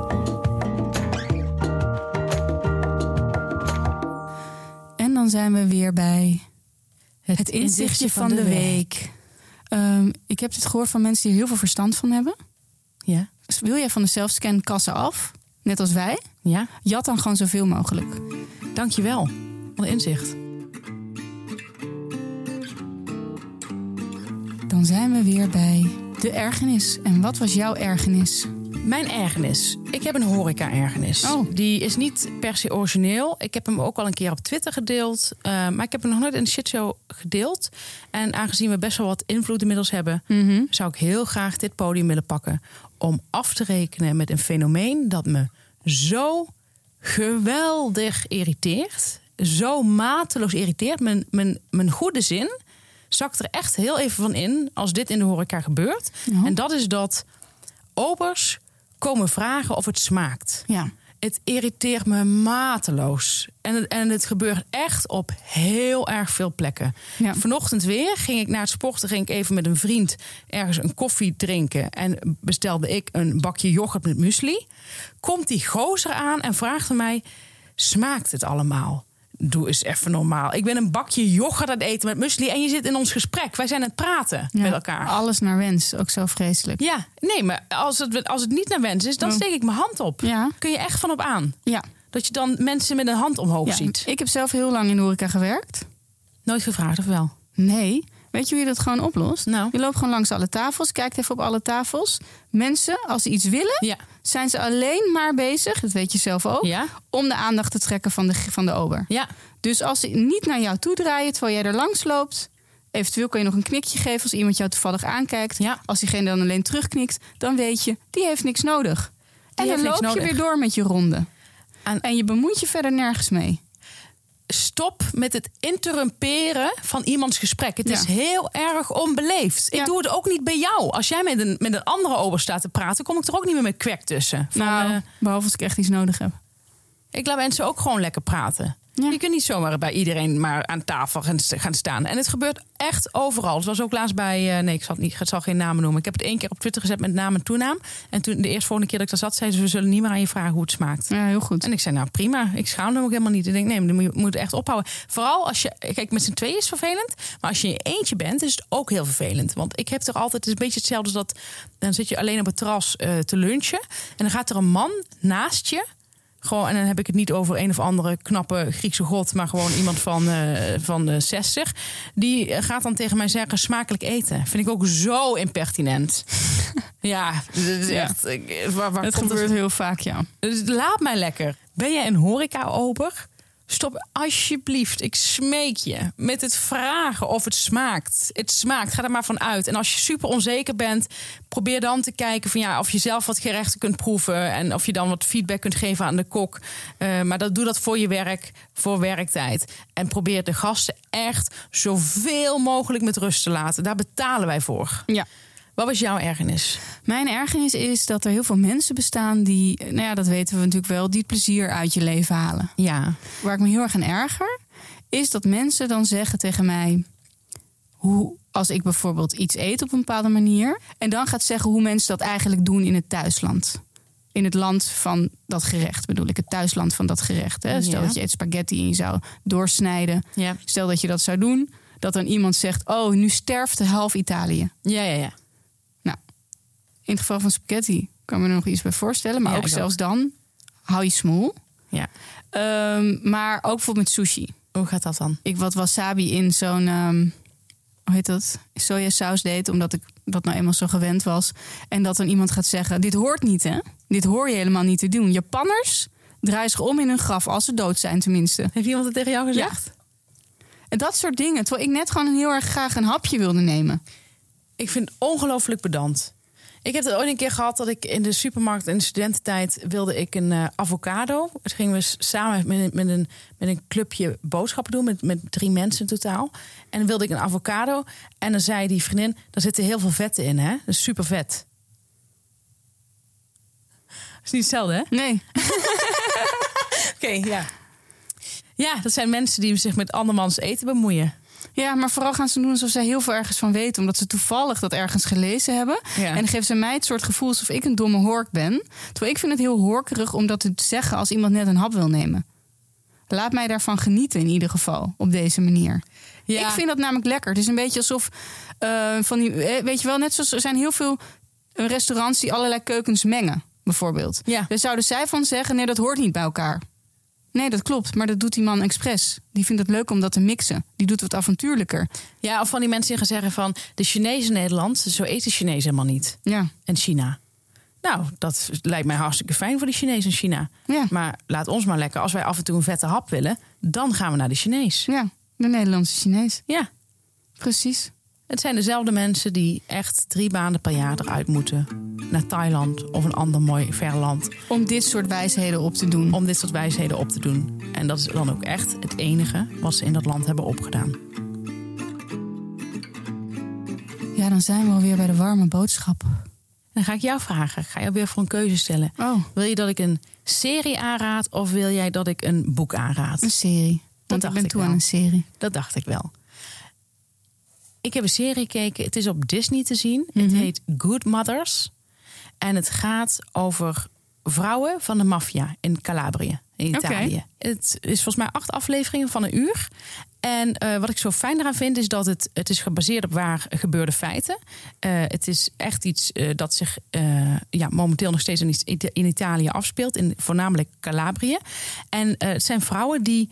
B: En dan zijn we weer bij het inzichtje van de week. Ehm, ik heb dit gehoord van mensen die er heel veel verstand van hebben.
A: Ja,
B: Dus wil jij van de zelfscan kassen af, net als wij?
A: ja.
B: Jat dan gewoon zoveel mogelijk.
A: Dankjewel voor het inzicht.
B: Dan zijn we weer bij de ergernis. En wat was jouw ergernis?
A: Mijn ergernis. Ik heb een horeca-ergernis.
B: Oh.
A: Die is niet per se origineel. Ik heb hem ook al een keer op Twitter gedeeld. eh, maar ik heb hem nog nooit in de shitshow gedeeld. En aangezien we best wel wat invloed inmiddels hebben...
B: Mhm.
A: zou ik heel graag dit podium willen pakken... om af te rekenen met een fenomeen dat me zo geweldig irriteert. Zo mateloos irriteert. Mijn, mijn, mijn goede zin zakt er echt heel even van in... als dit in de horeca gebeurt.
B: Ja.
A: En dat is dat obers komen vragen of het smaakt.
B: Ja.
A: Het irriteert me mateloos. En, het- en het gebeurt echt op heel erg veel plekken.
B: Ja.
A: Vanochtend weer ging ik naar het sporten. Ging ik even met een vriend ergens een koffie drinken. En bestelde ik een bakje yoghurt met muesli. Komt die gozer aan en vraagt aan mij: Smaakt het allemaal? Doe eens even normaal. Ik ben een bakje yoghurt aan het eten met muesli. En je zit in ons gesprek. Wij zijn aan het praten
B: Ja,
A: met elkaar.
B: Alles naar wens, ook zo vreselijk.
A: Ja, nee, maar als het, als het niet naar wens is, dan
B: Ja.
A: steek ik mijn hand op.
B: Mm. Ja.
A: Kun je echt van op aan.
B: Ja.
A: Dat je dan mensen met een hand omhoog
B: ja.
A: ziet.
B: Ik heb zelf heel lang in de horeca gewerkt.
A: Nooit gevraagd of wel?
B: Nee. Weet je hoe je dat gewoon oplost?
A: Nou.
B: Je loopt gewoon langs alle tafels, kijkt even op alle tafels. Mensen, als ze iets willen,
A: Ja.
B: zijn ze alleen maar bezig, dat weet je zelf ook,
A: Ja.
B: om de aandacht te trekken van de, van de ober.
A: Ja.
B: Dus als ze niet naar jou toe draaien terwijl jij er langs loopt, eventueel kan je nog een knikje geven als iemand jou toevallig aankijkt.
A: Ja.
B: Als diegene dan alleen terugknikt, dan weet je, die heeft niks nodig. en
A: heeft
B: dan
A: niks
B: loop je
A: nodig.
B: weer door met je ronde.
A: En-
B: En, je bemoeit je verder nergens mee.
A: Stop met het interrumperen van iemands gesprek. Het
B: Ja.
A: is heel erg onbeleefd. Ik
B: Ja.
A: doe het ook niet bij jou. Als jij met een, met een andere ober staat te praten, kom ik er ook niet meer met kwek tussen. Van,
B: nou,
A: eh,
B: behalve als ik echt iets nodig heb.
A: ik laat mensen ook gewoon lekker praten.
B: Ja.
A: Je kunt niet zomaar bij iedereen maar aan tafel gaan, gaan staan. En het gebeurt echt overal. Het was ook laatst bij. eh, nee, ik zal, het niet, ik zal geen namen noemen. Ik heb het één keer op Twitter gezet met naam en toenaam. En toen de eerste volgende keer dat ik daar zat, zei ze: We zullen niet meer aan je vragen hoe het smaakt.
B: Ja, heel goed.
A: En ik zei, nou prima, ik schaam hem ook helemaal niet. Ik denk, nee, maar dan moet je moet echt ophouden. Vooral als je, kijk, met z'n tweeën is het vervelend. Maar als je in je eentje bent, is het ook heel vervelend. Want ik heb toch altijd, het is een beetje hetzelfde als dat... dan zit je alleen op het terras eh, te lunchen... en dan gaat er een man naast je... Gewoon, en dan heb ik het niet over een of andere knappe Griekse god... maar gewoon iemand van, eh, van de 60. Die eh, gaat dan tegen mij zeggen, smakelijk eten. Vind ik ook zo impertinent. ja, dat is
B: Ja.
A: echt... ik- waar, waar
B: Het
A: komt
B: gebeurt heel vaak, ja.
A: dus laat mij lekker. Ben jij een horeca-ober? Stop alsjeblieft, ik smeek je, met het vragen of het smaakt. Het smaakt, ga er maar van uit. En als je super onzeker bent, probeer dan te kijken van, ja, of je zelf wat gerechten kunt proeven... en of je dan wat feedback kunt geven aan de kok. Eh, maar dat, doe dat voor je werk, voor werktijd. En probeer de gasten echt zoveel mogelijk met rust te laten. Daar betalen wij voor.
B: Ja.
A: Wat was jouw ergernis?
B: Mijn ergernis is dat er heel veel mensen bestaan die, eh, nou ja, dat weten we natuurlijk wel, die het plezier uit je leven halen.
A: Ja.
B: Waar ik me heel erg aan erger, is dat mensen dan zeggen tegen mij hoe als ik bijvoorbeeld iets eet op een bepaalde manier en dan gaat zeggen hoe mensen dat eigenlijk doen in het thuisland. In het land van dat gerecht bedoel ik, het thuisland van dat gerecht. Hè? Stel
A: Ja.
B: dat je eet spaghetti en je zou doorsnijden.
A: Ja.
B: Stel dat je dat zou doen, dat dan iemand zegt: Oh, nu sterft de half Italië.
A: Ja, ja, ja.
B: Nou, in het geval van spaghetti kan ik me er nog iets bij voorstellen. Maar
A: Ja,
B: ook
A: ik
B: zelfs dan hou je smoel.
A: ja.
B: Ehm, maar ook bijvoorbeeld met sushi.
A: Hoe gaat dat dan?
B: Ik wat wasabi in zo'n, ehm, hoe heet dat? Sojasaus deed, omdat ik dat nou eenmaal zo gewend was. En dat dan iemand gaat zeggen: Dit hoort niet, hè? Dit hoor je helemaal niet te doen. Japanners draaien zich om in hun graf, als ze dood zijn tenminste.
A: Heeft iemand het tegen jou gezegd?
B: En dat soort dingen. Terwijl ik net gewoon heel erg graag een hapje wilde nemen.
A: Ik vind het ongelooflijk pedant. Ik heb het ooit een keer gehad dat ik in de supermarkt in de studententijd wilde ik een eh, avocado. Het gingen we s- samen met, een- met, een, met een clubje boodschappen doen, met, met drie mensen in totaal. En dan wilde ik een avocado. En dan zei die vriendin, daar zitten heel veel vetten in, hè? Dat is super vet. is niet hetzelfde, hè?
B: Nee.
A: Oké, ja. Ja, dat zijn mensen die zich met andermans eten bemoeien.
B: Ja, maar vooral gaan ze doen alsof zij heel veel ergens van weten. Omdat ze toevallig dat ergens gelezen hebben.
A: Ja.
B: En dan geven ze mij het soort gevoel alsof ik een domme hork ben. Terwijl ik vind het heel horkerig om dat te zeggen als iemand net een hap wil nemen. Laat mij daarvan genieten in ieder geval. Op deze manier.
A: Ja.
B: Ik vind dat namelijk lekker. Het is een beetje alsof eh, van die. eh, Weet je wel, net zoals er zijn heel veel restaurants die allerlei keukens mengen, bijvoorbeeld.
A: Ja.
B: Daar zouden zij van zeggen: nee, dat hoort niet bij elkaar. Nee, dat klopt, maar dat doet die man expres. Die vindt het leuk om dat te mixen. Die doet het avontuurlijker.
A: Ja, of van die mensen die gaan zeggen van... de Chinezen in Nederland, zo eten Chinezen helemaal niet.
B: Ja.
A: En China. Nou, dat lijkt mij hartstikke fijn voor de Chinezen in China.
B: Ja.
A: Maar laat ons maar lekker, als wij af en toe een vette hap willen... dan gaan we naar de Chinees.
B: ja, de Nederlandse Chinees.
A: Ja,
B: Precies.
A: het zijn dezelfde mensen die echt drie maanden per jaar eruit moeten... naar Thailand of een ander mooi ver land...
B: Om dit soort wijsheden op te doen.
A: om dit soort wijsheden op te doen. En dat is dan ook echt het enige wat ze in dat land hebben opgedaan.
B: Ja, dan zijn we alweer bij de warme boodschap.
A: Dan ga ik jou vragen, ik ga jou weer voor een keuze stellen.
B: Oh,
A: Wil je dat ik een serie aanraad of wil jij dat ik een boek aanraad?
B: een serie. Want ik
A: dacht
B: ben
A: ik
B: toe
A: wel.
B: aan een serie.
A: Dat dacht ik wel. Ik heb een serie gekeken. Het is op Disney te zien. Het
B: Mhm.
A: heet Good Mothers. En het gaat over vrouwen van de maffia in Calabrië, in
B: Oké.
A: Italië. Het is volgens mij acht afleveringen van een uur. En eh, wat ik zo fijn eraan vind, is dat het, het is gebaseerd op waar gebeurde feiten. Eh, het is echt iets eh, dat zich eh, ja, momenteel nog steeds in, It- in Italië afspeelt, in voornamelijk Calabrië. En eh, het zijn vrouwen die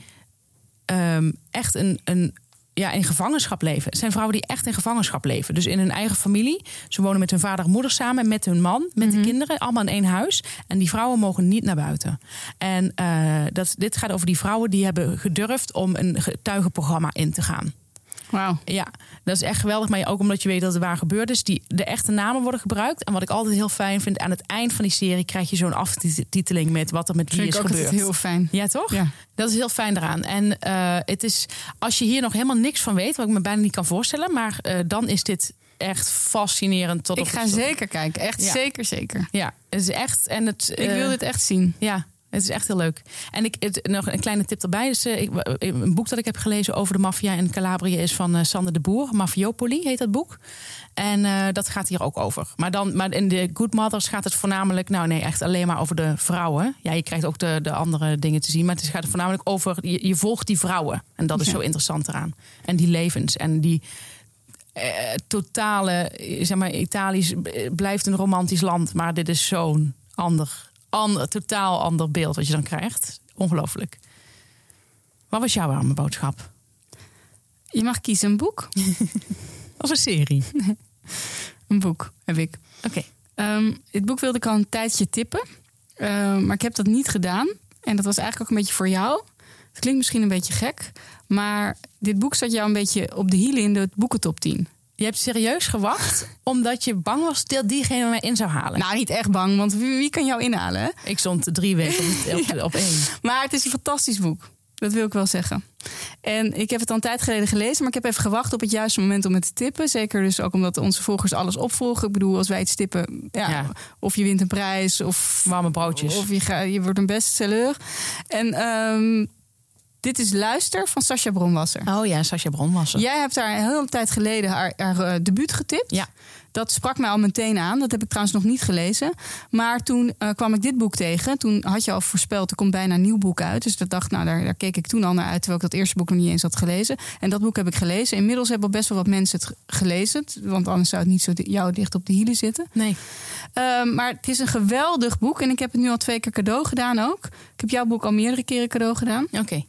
A: ehm, echt een, een, ja, in gevangenschap leven. Het zijn vrouwen die echt in gevangenschap leven. Dus in hun eigen familie. Ze wonen met hun vader en moeder samen, met hun man, met
B: Mhm.
A: de kinderen, allemaal in één huis. En die vrouwen mogen niet naar buiten. En eh, dat, dit gaat over die vrouwen die hebben gedurfd om een getuigenprogramma in te gaan.
B: Wauw.
A: Ja, dat is echt geweldig. Maar ook omdat je weet dat het waar gebeurd is. Die, de echte namen worden gebruikt. En wat ik altijd heel fijn vind, aan het eind van die serie krijg je zo'n aftiteling met wat er met wie
B: Vind
A: is
B: ik ook
A: gebeurd.
B: altijd heel fijn.
A: Ja, toch?
B: Ja.
A: Dat is heel fijn eraan. En eh, het is, als je hier nog helemaal niks van weet, wat ik me bijna niet kan voorstellen, maar eh, dan is dit echt fascinerend. Tot
B: Ik
A: op
B: ga
A: het-
B: zeker kijken. Echt
A: Ja.
B: zeker, zeker.
A: Ja, het is echt. En het,
B: Ik
A: eh,
B: wil dit echt zien.
A: Ja, het is echt heel leuk. En ik, het, nog een kleine tip erbij. Dus, eh, ik, een boek dat ik heb gelezen over de maffia in Calabrië is van eh, Sander de Boer. Mafiopoli heet dat boek. En eh, dat gaat hier ook over. Maar, dan, maar in de Good Mothers gaat het voornamelijk... nou nee, echt alleen maar over de vrouwen. Ja, je krijgt ook de, de andere dingen te zien. Maar het gaat voornamelijk over... Je, je volgt die vrouwen. En dat is
B: Ja.
A: zo interessant eraan. En die levens. En die eh, totale... eh, Zeg maar, Italië is- eh, blijft een romantisch land. Maar dit is zo'n ander, ander... Totaal ander beeld wat je dan krijgt. Ongelooflijk. Wat was jouw warme boodschap?
B: Je mag kiezen een boek.
A: Of een serie?
B: Een boek heb ik.
A: Oké.
B: Ehm, dit boek wilde ik al een tijdje tippen. Ehm, maar ik heb dat niet gedaan. En dat was eigenlijk ook een beetje voor jou. Het klinkt misschien een beetje gek. Maar dit boek zat jou een beetje op de hielen in de boekentop 10.
A: Je hebt serieus gewacht omdat je bang was dat diegene mij in zou halen.
B: Nou, niet echt bang, want wie, wie kan jou inhalen? hè?
A: ik stond drie weken op, op, op één.
B: Maar het is een fantastisch boek. Dat wil ik wel zeggen. En ik heb het al een tijd geleden gelezen, maar ik heb even gewacht op het juiste moment om het te tippen. Zeker dus ook omdat onze volgers alles opvolgen. Ik bedoel, als wij iets tippen, ja,
A: Ja.
B: of je wint een prijs, of
A: Warme broodjes.
B: Of je, ga- je wordt een bestseller. En ehm, dit is Luister van Sascha Bronwasser.
A: oh ja, Sascha Bronwasser.
B: Jij hebt daar een hele tijd geleden haar, haar eh, debuut getipt.
A: Ja.
B: Dat sprak mij al meteen aan. Dat heb ik trouwens nog niet gelezen. Maar toen eh, kwam ik dit boek tegen. Toen had je al voorspeld, er komt bijna een nieuw boek uit. Dus dat dacht, nou, daar, daar keek ik toen al naar uit. Terwijl ik dat eerste boek nog niet eens had gelezen. En dat boek heb ik gelezen. Inmiddels hebben al best wel wat mensen het ge- gelezen. Want anders zou het niet zo di- jou dicht op de hielen zitten.
A: Nee.
B: Ehm, maar het is een geweldig boek. En ik heb het nu al twee keer cadeau gedaan ook. Ik heb jouw boek al meerdere keren cadeau gedaan.
A: Oké,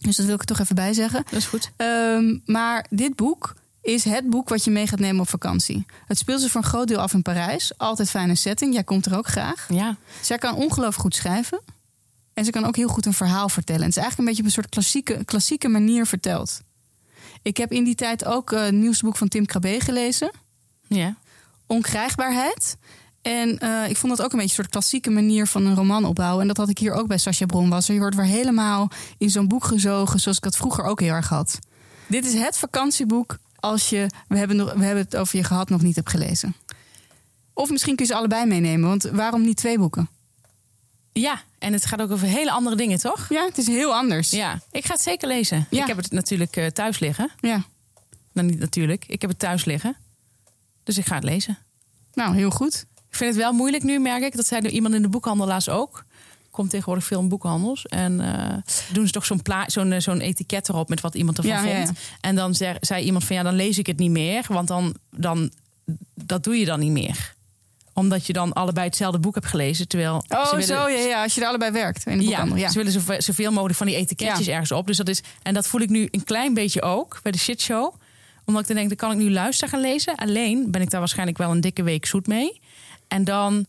B: Dus dat wil ik er toch even bij zeggen.
A: dat is goed.
B: Ehm, maar dit boek is het boek wat je mee gaat nemen op vakantie. Het speelt zich voor een groot deel af in Parijs. Altijd fijne setting. Jij komt er ook graag.
A: Ja.
B: Zij kan ongelooflijk goed schrijven. En ze kan ook heel goed een verhaal vertellen. En het is eigenlijk een beetje op een soort klassieke, klassieke manier verteld. Ik heb in die tijd ook eh, het nieuwste boek van Tim Krabbe gelezen
A: ja.
B: onkrijgbaarheid. En eh, ik vond dat ook een beetje een soort klassieke manier van een roman opbouwen. En dat had ik hier ook bij Sascha Bronwasser. Je wordt weer helemaal in zo'n boek gezogen, zoals ik dat vroeger ook heel erg had. Dit is het vakantieboek als je, we hebben, nog- we hebben het over je gehad, nog niet hebt gelezen. Of misschien kun je ze allebei meenemen, want waarom niet twee boeken?
A: Ja, en het gaat ook over hele andere dingen, toch?
B: Ja, het is heel anders.
A: Ja, ik ga het zeker lezen.
B: Ja.
A: Ik heb het natuurlijk eh, thuis liggen.
B: Ja.
A: Nou, niet natuurlijk. Ik heb het thuis liggen. Dus ik ga het lezen.
B: Nou, heel goed.
A: Ik vind het wel moeilijk nu, merk ik. Dat zei er iemand in de boekhandel laatst ook. Komt tegenwoordig veel in boekhandels. En eh, doen ze toch zo'n pla- zo'n eh, zo'n etiket erop met wat iemand ervan
B: Ja, ja,
A: vond. En dan ze- zei iemand van ja, dan lees ik het niet meer. Want dan, dan, dat doe je dan niet meer. Omdat je dan allebei hetzelfde boek hebt gelezen. Terwijl
B: Oh,
A: ze willen-
B: zo, ja, ja. Als je er allebei werkt. In de
A: ja,
B: boekhandel, ja.
A: ze willen zove- zoveel mogelijk van die etiketjes
B: Ja.
A: ergens op. Dus dat is, en dat voel ik nu een klein beetje ook bij de shitshow. Omdat ik dan denk, dan kan ik nu luisteren gaan lezen. Alleen ben ik daar waarschijnlijk wel een dikke week zoet mee. En dan,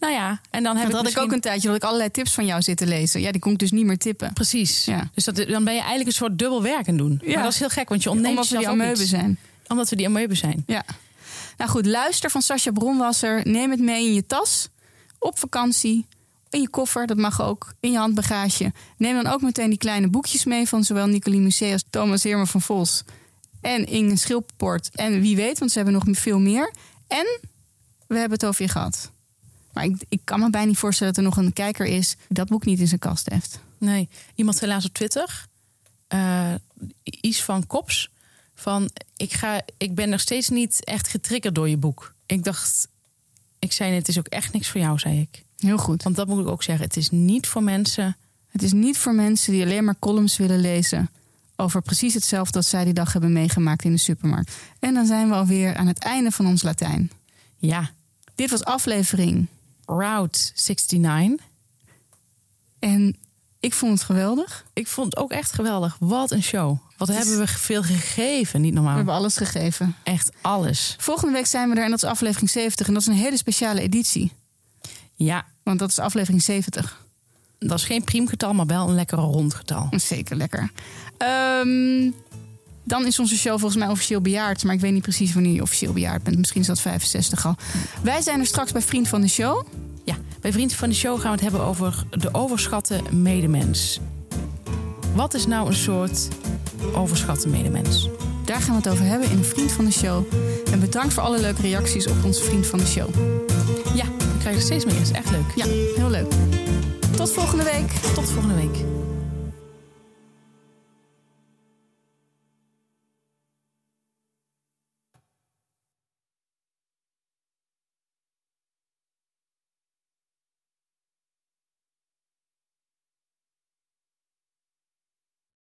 A: nou ja, en dan heb
B: Dat
A: ik
B: had
A: misschien...
B: ik ook een tijdje, dat ik allerlei tips van jou zit te lezen. Ja, die kon ik dus niet meer tippen.
A: Precies.
B: Ja.
A: Dus dat, dan ben je eigenlijk een soort dubbel werk aan het doen.
B: Ja.
A: Maar dat is heel gek, want je ontneemt
B: Omdat we
A: jezelf
B: die
A: ook
B: ameuben
A: iets.
B: zijn.
A: Omdat we die ameuben zijn.
B: Ja. Nou goed, luister van Sascha Bronwasser. Neem het mee in je tas, op vakantie, in je koffer, dat mag ook, in je handbagage. Neem dan ook meteen die kleine boekjes mee van zowel Nicolie Musée als Thomas Heerman van Vos. En Inge Schilpoort. En wie weet, want ze hebben nog veel meer. En we hebben het over je gehad. Maar ik, ik kan me bijna niet voorstellen dat er nog een kijker is die dat boek niet in zijn kast heeft.
A: Nee, iemand helaas op Twitter. eh, iets van Kops. Van, ik, ga, ik ben nog steeds niet echt getriggerd door je boek. Ik dacht, ik zei het is ook echt niks voor jou, zei ik.
B: Heel goed.
A: Want dat moet ik ook zeggen. Het is niet voor mensen.
B: Het is niet voor mensen die alleen maar columns willen lezen over precies hetzelfde dat zij die dag hebben meegemaakt in de supermarkt. En dan zijn we alweer aan het einde van ons Latijn.
A: Ja,
B: Dit was aflevering
A: Route 69.
B: en ik vond het geweldig.
A: Ik vond het ook echt geweldig. Wat een show. Wat hebben we veel gegeven. Niet
B: We
A: normaal.
B: hebben alles gegeven.
A: Echt alles.
B: Volgende week zijn we er en dat is aflevering 70 en dat is een hele speciale editie,
A: Ja,
B: want dat is aflevering 70.
A: dat is geen priemgetal, maar wel een lekker rond getal.
B: Dat is Zeker lekker. Ehm, dan is onze show volgens mij officieel bejaard, maar ik weet niet precies wanneer je officieel bejaard bent. Misschien is dat 65 al. Wij zijn er straks bij vriend van de show.
A: Ja, bij Vriend van de Show gaan we het hebben over de overschatte medemens. Wat is nou een soort overschatte medemens?
B: Daar gaan we het over hebben in Vriend van de Show. En bedankt voor alle leuke reacties op onze Vriend van de Show.
A: Ja, we krijgen er steeds meer. is echt leuk.
B: Ja, heel leuk. Tot volgende week.
A: Tot volgende week.